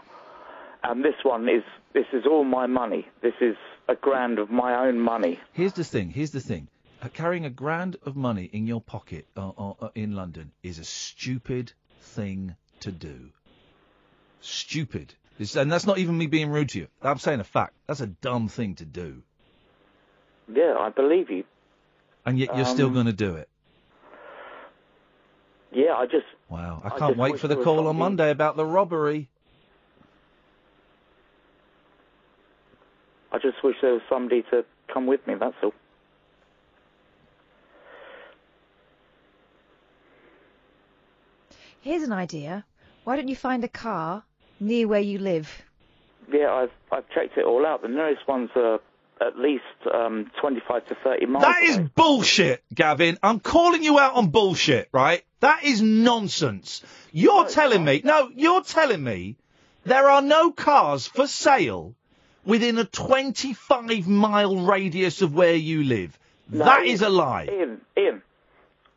[SPEAKER 18] and this one is this is all my money. This is a grand of my own money.
[SPEAKER 4] Here's the thing. Here's the thing. Uh, Carrying a grand of money in your pocket uh, uh, uh, in London is a stupid thing to do. Stupid. It's- and that's not even me being rude to you. I'm saying a fact. That's a dumb thing to do.
[SPEAKER 18] Yeah, I believe you.
[SPEAKER 4] And yet you're still
[SPEAKER 18] Um,
[SPEAKER 4] going to do it.
[SPEAKER 18] Yeah, I just
[SPEAKER 4] Wow. I
[SPEAKER 18] I
[SPEAKER 4] can't
[SPEAKER 18] just
[SPEAKER 4] wait
[SPEAKER 18] wish
[SPEAKER 4] for the
[SPEAKER 18] there was
[SPEAKER 4] call on
[SPEAKER 18] something-
[SPEAKER 4] Monday about the robbery.
[SPEAKER 18] I just wish there was somebody to come with me. That's all.
[SPEAKER 5] Here's an idea. Why don't you find a car near where you live?
[SPEAKER 18] Yeah, I've I've checked it all out. The nearest ones are at least um, 25 to 30 miles.
[SPEAKER 4] That is bullshit, Gavin. I'm calling you out on bullshit, right? That is nonsense. You're telling me, no, you're telling me there are no cars for sale within a 25 mile radius of where you live.
[SPEAKER 18] No,
[SPEAKER 4] that
[SPEAKER 18] Ian,
[SPEAKER 4] is a lie.
[SPEAKER 18] Ian, Ian,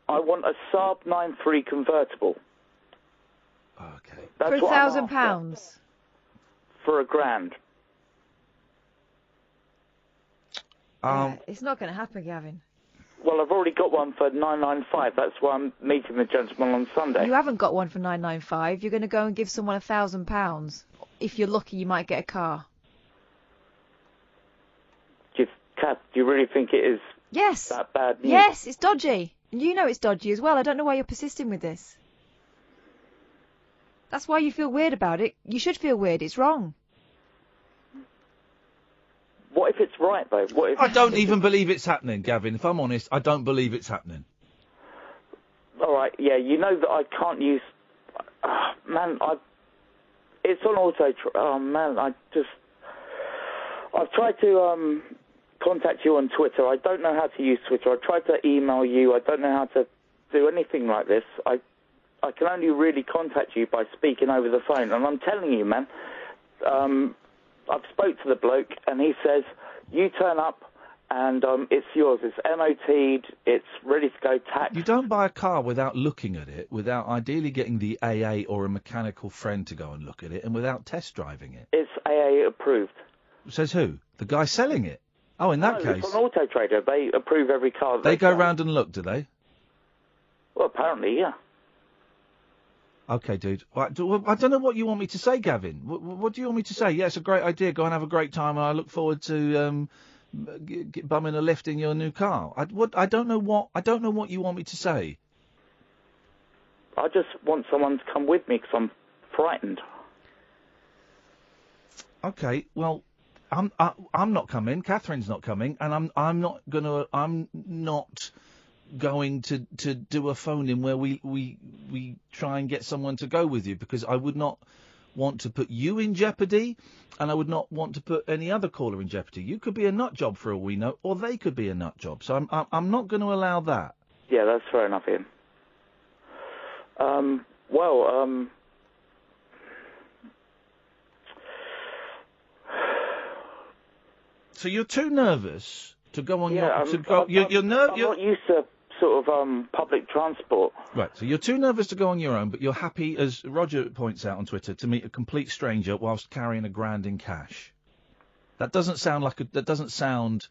[SPEAKER 18] I want a Saab 93 convertible.
[SPEAKER 4] Okay.
[SPEAKER 18] That's
[SPEAKER 5] for a
[SPEAKER 18] what I'm
[SPEAKER 4] Oh,
[SPEAKER 5] thousand
[SPEAKER 18] after,
[SPEAKER 5] pounds.
[SPEAKER 18] for a grand.
[SPEAKER 4] Um,
[SPEAKER 5] It's not going to happen, Gavin.
[SPEAKER 18] well, I've already got one for 995. That's why I'm meeting the gentleman on Sunday.
[SPEAKER 5] You haven't got one for 995. You're going to go and give someone a thousand pounds. If you're lucky, you might get a car.
[SPEAKER 18] Do you, Kath, do you really think it is
[SPEAKER 5] Yes.
[SPEAKER 18] that bad news?
[SPEAKER 5] Yes, it's dodgy. And you know it's dodgy as well. I don't know why you're persisting with this. That's why you feel weird about it. You should feel weird. It's wrong.
[SPEAKER 18] What if it's right, though? What if
[SPEAKER 4] I don't even believe it's happening, Gavin. If I'm honest, I don't believe it's happening.
[SPEAKER 18] All right, yeah, you know that I can't use. Ah, man, I. It's on auto. Tr- oh man, I just. I've tried to um, contact you on Twitter. I don't know how to use Twitter. I tried to email you. I don't know how to do anything like this. I I can only really contact you by speaking over the phone. And I'm telling you, man, um, I've spoke to the bloke, and he says you turn up, and um, it's yours. It's MOT'd. It's ready to go tax.
[SPEAKER 4] You don't buy a car without looking at it, without ideally getting the AA or a mechanical friend to go and look at it, and without test driving it.
[SPEAKER 18] It's AA approved.
[SPEAKER 4] Says who? The guy selling it. Oh, in that
[SPEAKER 18] no,
[SPEAKER 4] case,
[SPEAKER 18] it's on Auto Trader. They approve every car. That
[SPEAKER 4] they go
[SPEAKER 18] sell.
[SPEAKER 4] round and look, do they?
[SPEAKER 18] Well, apparently, yeah.
[SPEAKER 4] Okay, dude. Well, I do- well, I don't know what you want me to say, Gavin. What, what do you want me to say? Yeah, it's a great idea. Go and have a great time, and I look forward to um, g- g- bumming a lift in your new car. I, what, I don't know what I don't know what you want me to say.
[SPEAKER 18] I just want someone to come with me because I'm frightened.
[SPEAKER 4] Okay, well, I'm I, I'm not coming. Catherine's not coming, and I'm I'm not gonna I'm not going to to do a phone in where we we we try and get someone to go with you because I would not want to put you in jeopardy, and I would not want to put any other caller in jeopardy. You could be a nut job for all we know, or they could be a nut job. So I'm I'm, I'm not going to allow that.
[SPEAKER 18] Yeah, that's fair enough, Ian. Um, well, um,
[SPEAKER 4] So you're too nervous to go on your
[SPEAKER 18] yeah, I'm,
[SPEAKER 4] to go.
[SPEAKER 18] I'm,
[SPEAKER 4] you're, you're ner-
[SPEAKER 18] I'm
[SPEAKER 4] you're-
[SPEAKER 18] not used to sort of um, public transport.
[SPEAKER 4] Right, so you're too nervous to go on your own, but you're happy, as Roger points out on Twitter, to meet a complete stranger whilst carrying a grand in cash. That doesn't sound like a, that doesn't sound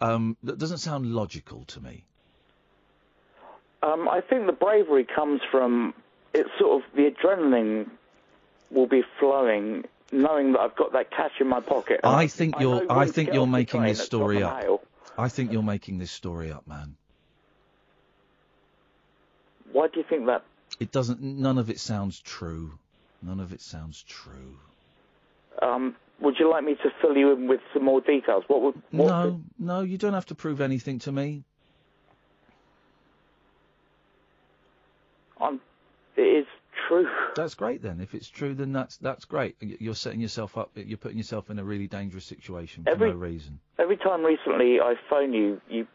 [SPEAKER 4] um, that doesn't sound logical to me.
[SPEAKER 18] Um, I think the bravery comes from it's sort of the adrenaline will be flowing, knowing that I've got that cash in my pocket.
[SPEAKER 4] I think
[SPEAKER 18] know
[SPEAKER 4] you're
[SPEAKER 18] when
[SPEAKER 4] I
[SPEAKER 18] to
[SPEAKER 4] think
[SPEAKER 18] get
[SPEAKER 4] you're
[SPEAKER 18] off the
[SPEAKER 4] making
[SPEAKER 18] train
[SPEAKER 4] this
[SPEAKER 18] at
[SPEAKER 4] story
[SPEAKER 18] Tottenham
[SPEAKER 4] up.
[SPEAKER 18] Hale.
[SPEAKER 4] I think you're making this story up, man.
[SPEAKER 18] Why do you think that?
[SPEAKER 4] It doesn't. None of it sounds true. None of it sounds true.
[SPEAKER 18] Um, would you like me to fill you in with some more details? What would? What
[SPEAKER 4] No, no, you don't have to prove anything to me.
[SPEAKER 18] I'm, it is true.
[SPEAKER 4] That's great then. If it's true, then that's that's great. Y- You're setting yourself up. You're putting yourself in a really dangerous situation for
[SPEAKER 18] Every-
[SPEAKER 4] no reason.
[SPEAKER 18] Every time recently I phone you, you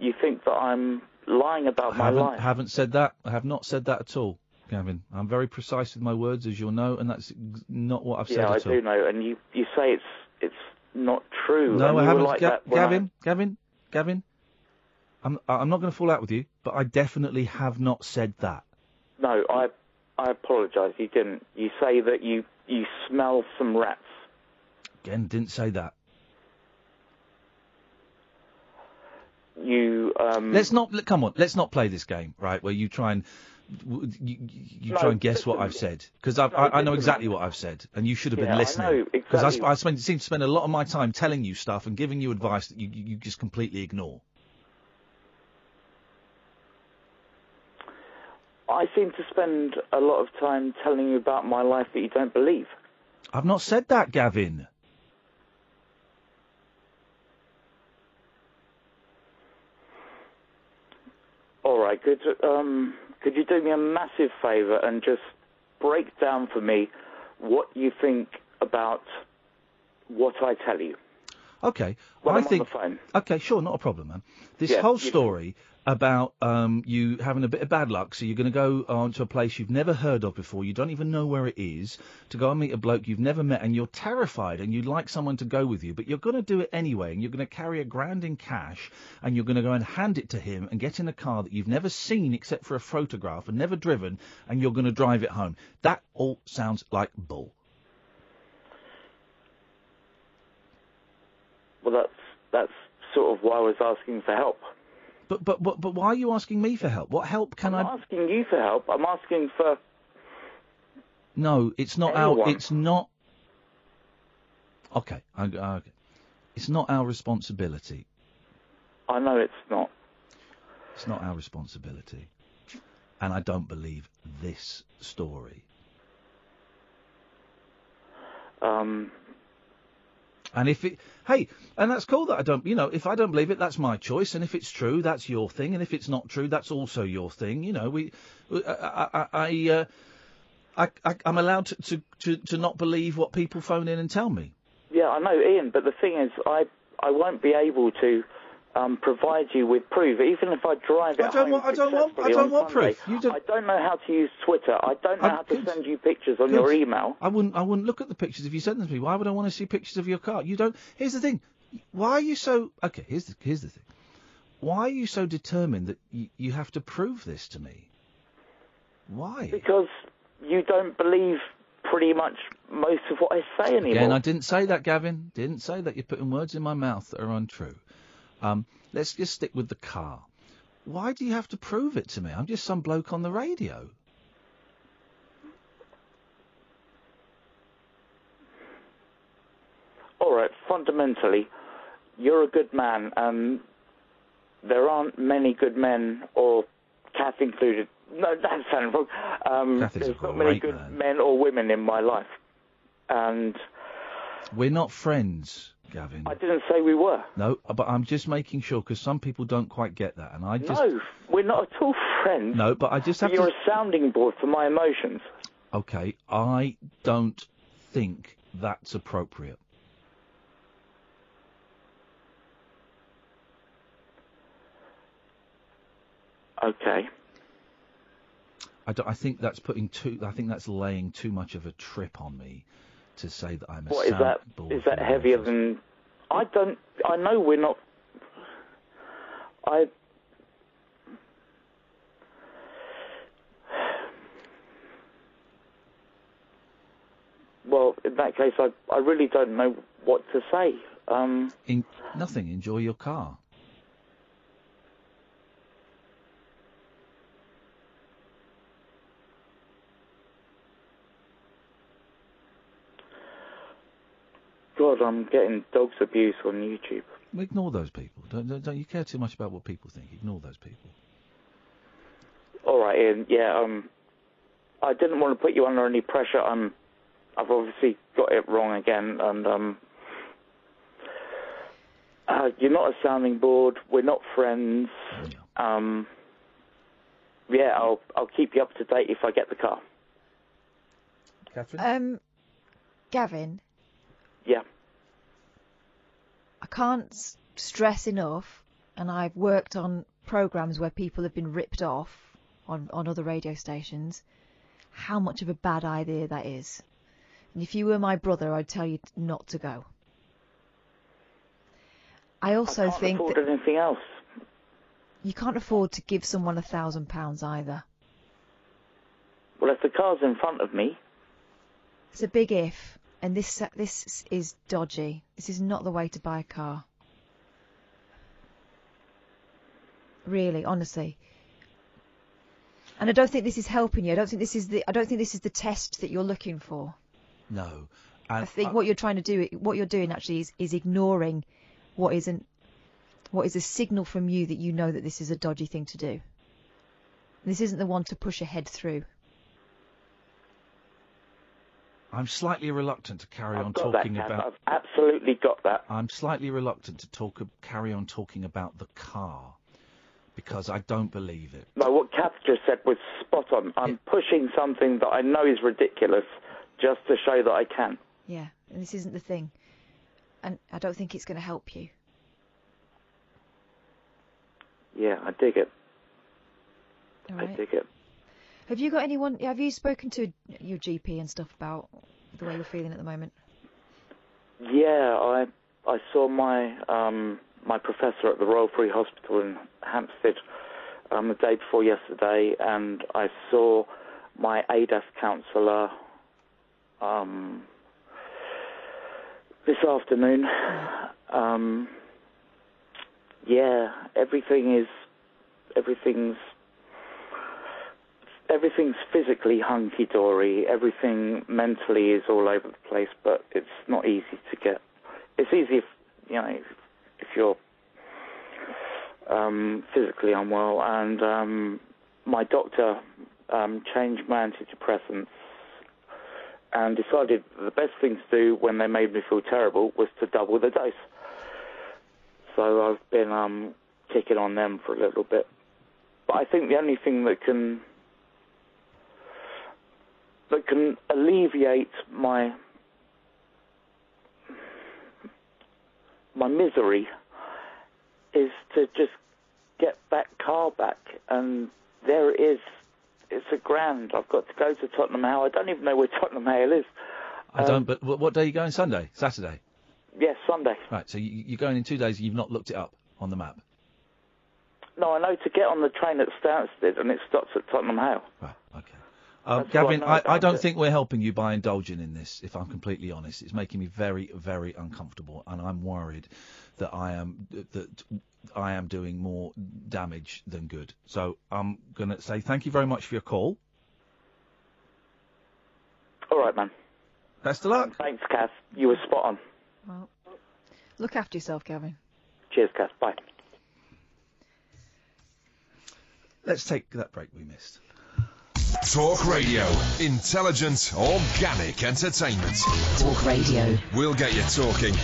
[SPEAKER 18] you think that I'm lying about my
[SPEAKER 4] haven't,
[SPEAKER 18] life.
[SPEAKER 4] haven't said that. I have not said that at all, Gavin. I'm very precise with my words, as you'll know, and that's ex- not what I've said
[SPEAKER 18] yeah, I
[SPEAKER 4] at
[SPEAKER 18] do
[SPEAKER 4] all.
[SPEAKER 18] know, and you you say it's it's not true. and
[SPEAKER 4] No,
[SPEAKER 18] you
[SPEAKER 4] I
[SPEAKER 18] were
[SPEAKER 4] haven't.
[SPEAKER 18] Like
[SPEAKER 4] Ga-
[SPEAKER 18] that when I-
[SPEAKER 4] Gavin, Gavin, Gavin. I'm I- I'm not going to fall out with you, but I definitely have not said that.
[SPEAKER 18] No, I I apologise. You didn't. You say that you you smell some rats.
[SPEAKER 4] Again, didn't say that.
[SPEAKER 18] You um.
[SPEAKER 4] Let's not let- come on. Let's not play this game, right? Where you try and you, you, you
[SPEAKER 18] No,
[SPEAKER 4] try and guess what
[SPEAKER 18] listen.
[SPEAKER 4] I've said because I,
[SPEAKER 18] No,
[SPEAKER 4] I, I know
[SPEAKER 18] listen.
[SPEAKER 4] exactly what I've said, and you should have been
[SPEAKER 18] Yeah, I
[SPEAKER 4] listening
[SPEAKER 18] know
[SPEAKER 4] because I,
[SPEAKER 18] exactly.
[SPEAKER 4] sp- I spend, seem to spend a lot of my time telling you stuff and giving you advice that you, you, you just completely ignore.
[SPEAKER 18] I seem to spend a lot of time telling you about my life that you don't believe.
[SPEAKER 4] I've not said that, Gavin.
[SPEAKER 18] All right, could um could you do me a massive favour and just break down for me what you think about what I tell you?
[SPEAKER 4] Okay,
[SPEAKER 18] When
[SPEAKER 4] I
[SPEAKER 18] I'm on
[SPEAKER 4] think.
[SPEAKER 18] the phone.
[SPEAKER 4] Okay, sure, not a problem, man. This
[SPEAKER 18] Yeah,
[SPEAKER 4] whole
[SPEAKER 18] you-
[SPEAKER 4] story about um, you having a bit of bad luck, so you're going to go on to a place you've never heard of before, you don't even know where it is, to go and meet a bloke you've never met, and you're terrified, and you'd like someone to go with you, but you're going to do it anyway, and you're going to carry a grand in cash, and you're going to go and hand it to him, and get in a car that you've never seen except for a photograph and never driven, and you're going to drive it home. That all sounds like bull.
[SPEAKER 18] Well, that's that's sort of why I was asking for help.
[SPEAKER 4] But but but, but why are you asking me for help? What help can
[SPEAKER 18] I'm
[SPEAKER 4] I?
[SPEAKER 18] not asking you for help. I'm asking for
[SPEAKER 4] No, it's not our.
[SPEAKER 18] Anyone.
[SPEAKER 4] It's not. Okay, I, I- okay. It's not our responsibility.
[SPEAKER 18] I know it's not.
[SPEAKER 4] It's not our responsibility. And I don't believe this story.
[SPEAKER 18] Um,
[SPEAKER 4] And if it, hey, and that's cool that I don't, you know, if I don't believe it, that's my choice. And if it's true, that's your thing. And if it's not true, that's also your thing. You know, we, I, I, I, uh, I, I I'm allowed to, to, to, to not believe what people phone in and tell me.
[SPEAKER 18] yeah, I know, Ian. But the thing is, I I won't be able to um, provide you with proof, even if I drive it
[SPEAKER 4] I don't
[SPEAKER 18] home
[SPEAKER 4] want- I don't want- I
[SPEAKER 18] successfully
[SPEAKER 4] don't
[SPEAKER 18] on
[SPEAKER 4] want
[SPEAKER 18] Sunday.
[SPEAKER 4] proof. You don't-
[SPEAKER 18] I don't know how to use Twitter. I don't know
[SPEAKER 4] I-
[SPEAKER 18] how to
[SPEAKER 4] good.
[SPEAKER 18] send you pictures on your
[SPEAKER 4] Good.
[SPEAKER 18] email.
[SPEAKER 4] I wouldn't. I wouldn't look at the pictures if you sent them to me. Why would I want to see pictures of your car? You don't. Here's the thing. Why are you so? Okay. Here's the. Here's the thing. Why are you so determined that you, you have to prove this to me? Why?
[SPEAKER 18] Because you don't believe pretty much most of what I say anymore.
[SPEAKER 4] Again, I didn't say that, Gavin. Didn't say that. You're putting words in my mouth that are untrue. Um, let's just stick with the car. Why do you have to prove it to me? I'm just some bloke on the radio.
[SPEAKER 18] All right, fundamentally, you're a good man, and there aren't many good men, or Kath included. No, that's sounded wrong. Um,
[SPEAKER 4] Kath is a
[SPEAKER 18] there's not many
[SPEAKER 4] great
[SPEAKER 18] good men or women in my life, and
[SPEAKER 4] We're not friends, Gavin.
[SPEAKER 18] I didn't say we were.
[SPEAKER 4] No, but I'm just making sure because some people don't quite get that, and I just
[SPEAKER 18] no, we're not at all friends.
[SPEAKER 4] No, but I just have
[SPEAKER 18] you're
[SPEAKER 4] to.
[SPEAKER 18] a sounding board for my emotions.
[SPEAKER 4] Okay, I don't think that's appropriate.
[SPEAKER 18] Okay.
[SPEAKER 4] I, don't, I think that's putting too. I think that's laying too much of a trip on me to say that I'm a
[SPEAKER 18] What is that?
[SPEAKER 4] soundboard.
[SPEAKER 18] Is that heavier than? I don't. I know we're not. I. Well, in that case, I I really don't know what to say. Um,
[SPEAKER 4] In, nothing. Enjoy your car.
[SPEAKER 18] God, I'm getting dogs abuse on YouTube.
[SPEAKER 4] Ignore those people. Don't, don't, don't you care too much about what people think. Ignore those people.
[SPEAKER 18] All right, Ian. Yeah. Um, I didn't want to put you under any pressure. Um, I've obviously got it wrong again, and um, uh, you're not a sounding board. We're not friends. Um, yeah. I'll I'll keep you up to date if I get the car.
[SPEAKER 4] Catherine.
[SPEAKER 5] Um, Gavin,
[SPEAKER 18] Yeah.
[SPEAKER 5] I can't s- stress enough, and I've worked on programs where people have been ripped off on, on other radio stations, how much of a bad idea that is. And if you were my brother, I'd tell you t- not to go. I also
[SPEAKER 18] Can't
[SPEAKER 5] think
[SPEAKER 18] afford
[SPEAKER 5] that
[SPEAKER 18] anything else.
[SPEAKER 5] you can't afford to give someone a thousand pounds either.
[SPEAKER 18] Well, if the car's in front of me,
[SPEAKER 5] It's a big if, and this this is dodgy. This is not the way to buy a car. Really, honestly. And I don't think this is helping you. I don't think this is the I don't think this is the test that you're looking for.
[SPEAKER 4] No.
[SPEAKER 5] I
[SPEAKER 4] And
[SPEAKER 5] think what you're trying to do, what you're doing actually, is is ignoring what isn't what is a signal from you that you know that this is a dodgy thing to do. This isn't the one to push ahead through.
[SPEAKER 4] I'm slightly reluctant to carry on
[SPEAKER 18] got
[SPEAKER 4] talking
[SPEAKER 18] that, Kath.
[SPEAKER 4] about.
[SPEAKER 18] I've absolutely got that.
[SPEAKER 4] I'm slightly reluctant to talk carry on talking about the car because I don't believe it.
[SPEAKER 18] No, what Kath just said was spot on. I'm pushing something that I know is ridiculous just to show that I can.
[SPEAKER 5] Yeah, and this isn't the thing. And I don't think it's going to help you.
[SPEAKER 18] Yeah, I dig it.
[SPEAKER 5] All
[SPEAKER 18] I
[SPEAKER 5] right.
[SPEAKER 18] dig it.
[SPEAKER 5] Have you got anyone? Have you spoken to your GP and stuff about the way you're feeling at the moment?
[SPEAKER 18] Yeah, I I saw my um my professor at the Royal Free Hospital in Hampstead um the day before yesterday, and I saw my ADAS counsellor um this afternoon. Um, yeah, everything is everything's everything's physically hunky dory. Everything mentally is all over the place, but it's not easy to get. It's easy if you know if, if you're um, physically unwell. And um, my doctor um, changed my antidepressants and decided the best thing to do when they made me feel terrible was to double the dose. So I've been um, kicking on them for a little bit. But I think the only thing that can that can alleviate my my misery is to just get that car back, and there it is. It's a grand. I've got to go to Tottenham Hale. I don't even know where Tottenham Hale is.
[SPEAKER 4] I don't. But wh- what day are you going? Sunday, Saturday.
[SPEAKER 18] Uh, Yes, Sunday.
[SPEAKER 4] Right. So you, you're going in two days. You've not looked it up on the map.
[SPEAKER 18] No, I know to get on the train at Stansted, and it stops at Tottenham Hale.
[SPEAKER 4] Uh,
[SPEAKER 18] That's
[SPEAKER 4] Gavin,
[SPEAKER 18] what I know
[SPEAKER 4] I, I
[SPEAKER 18] about
[SPEAKER 4] don't
[SPEAKER 18] it.
[SPEAKER 4] think we're helping you by indulging in this, if I'm completely honest. It's making me very, very uncomfortable, and I'm worried that I am that I am doing more damage than good. So I'm going to say thank you very much for your call.
[SPEAKER 18] All right, man.
[SPEAKER 4] Best of luck.
[SPEAKER 18] Thanks, Kath. You were spot on.
[SPEAKER 5] Well, look after yourself, Gavin.
[SPEAKER 18] Cheers, Kath. Bye.
[SPEAKER 4] Let's take that break we missed.
[SPEAKER 17] Talk Radio. Intelligent, organic entertainment. Talk Radio. We'll get you talking.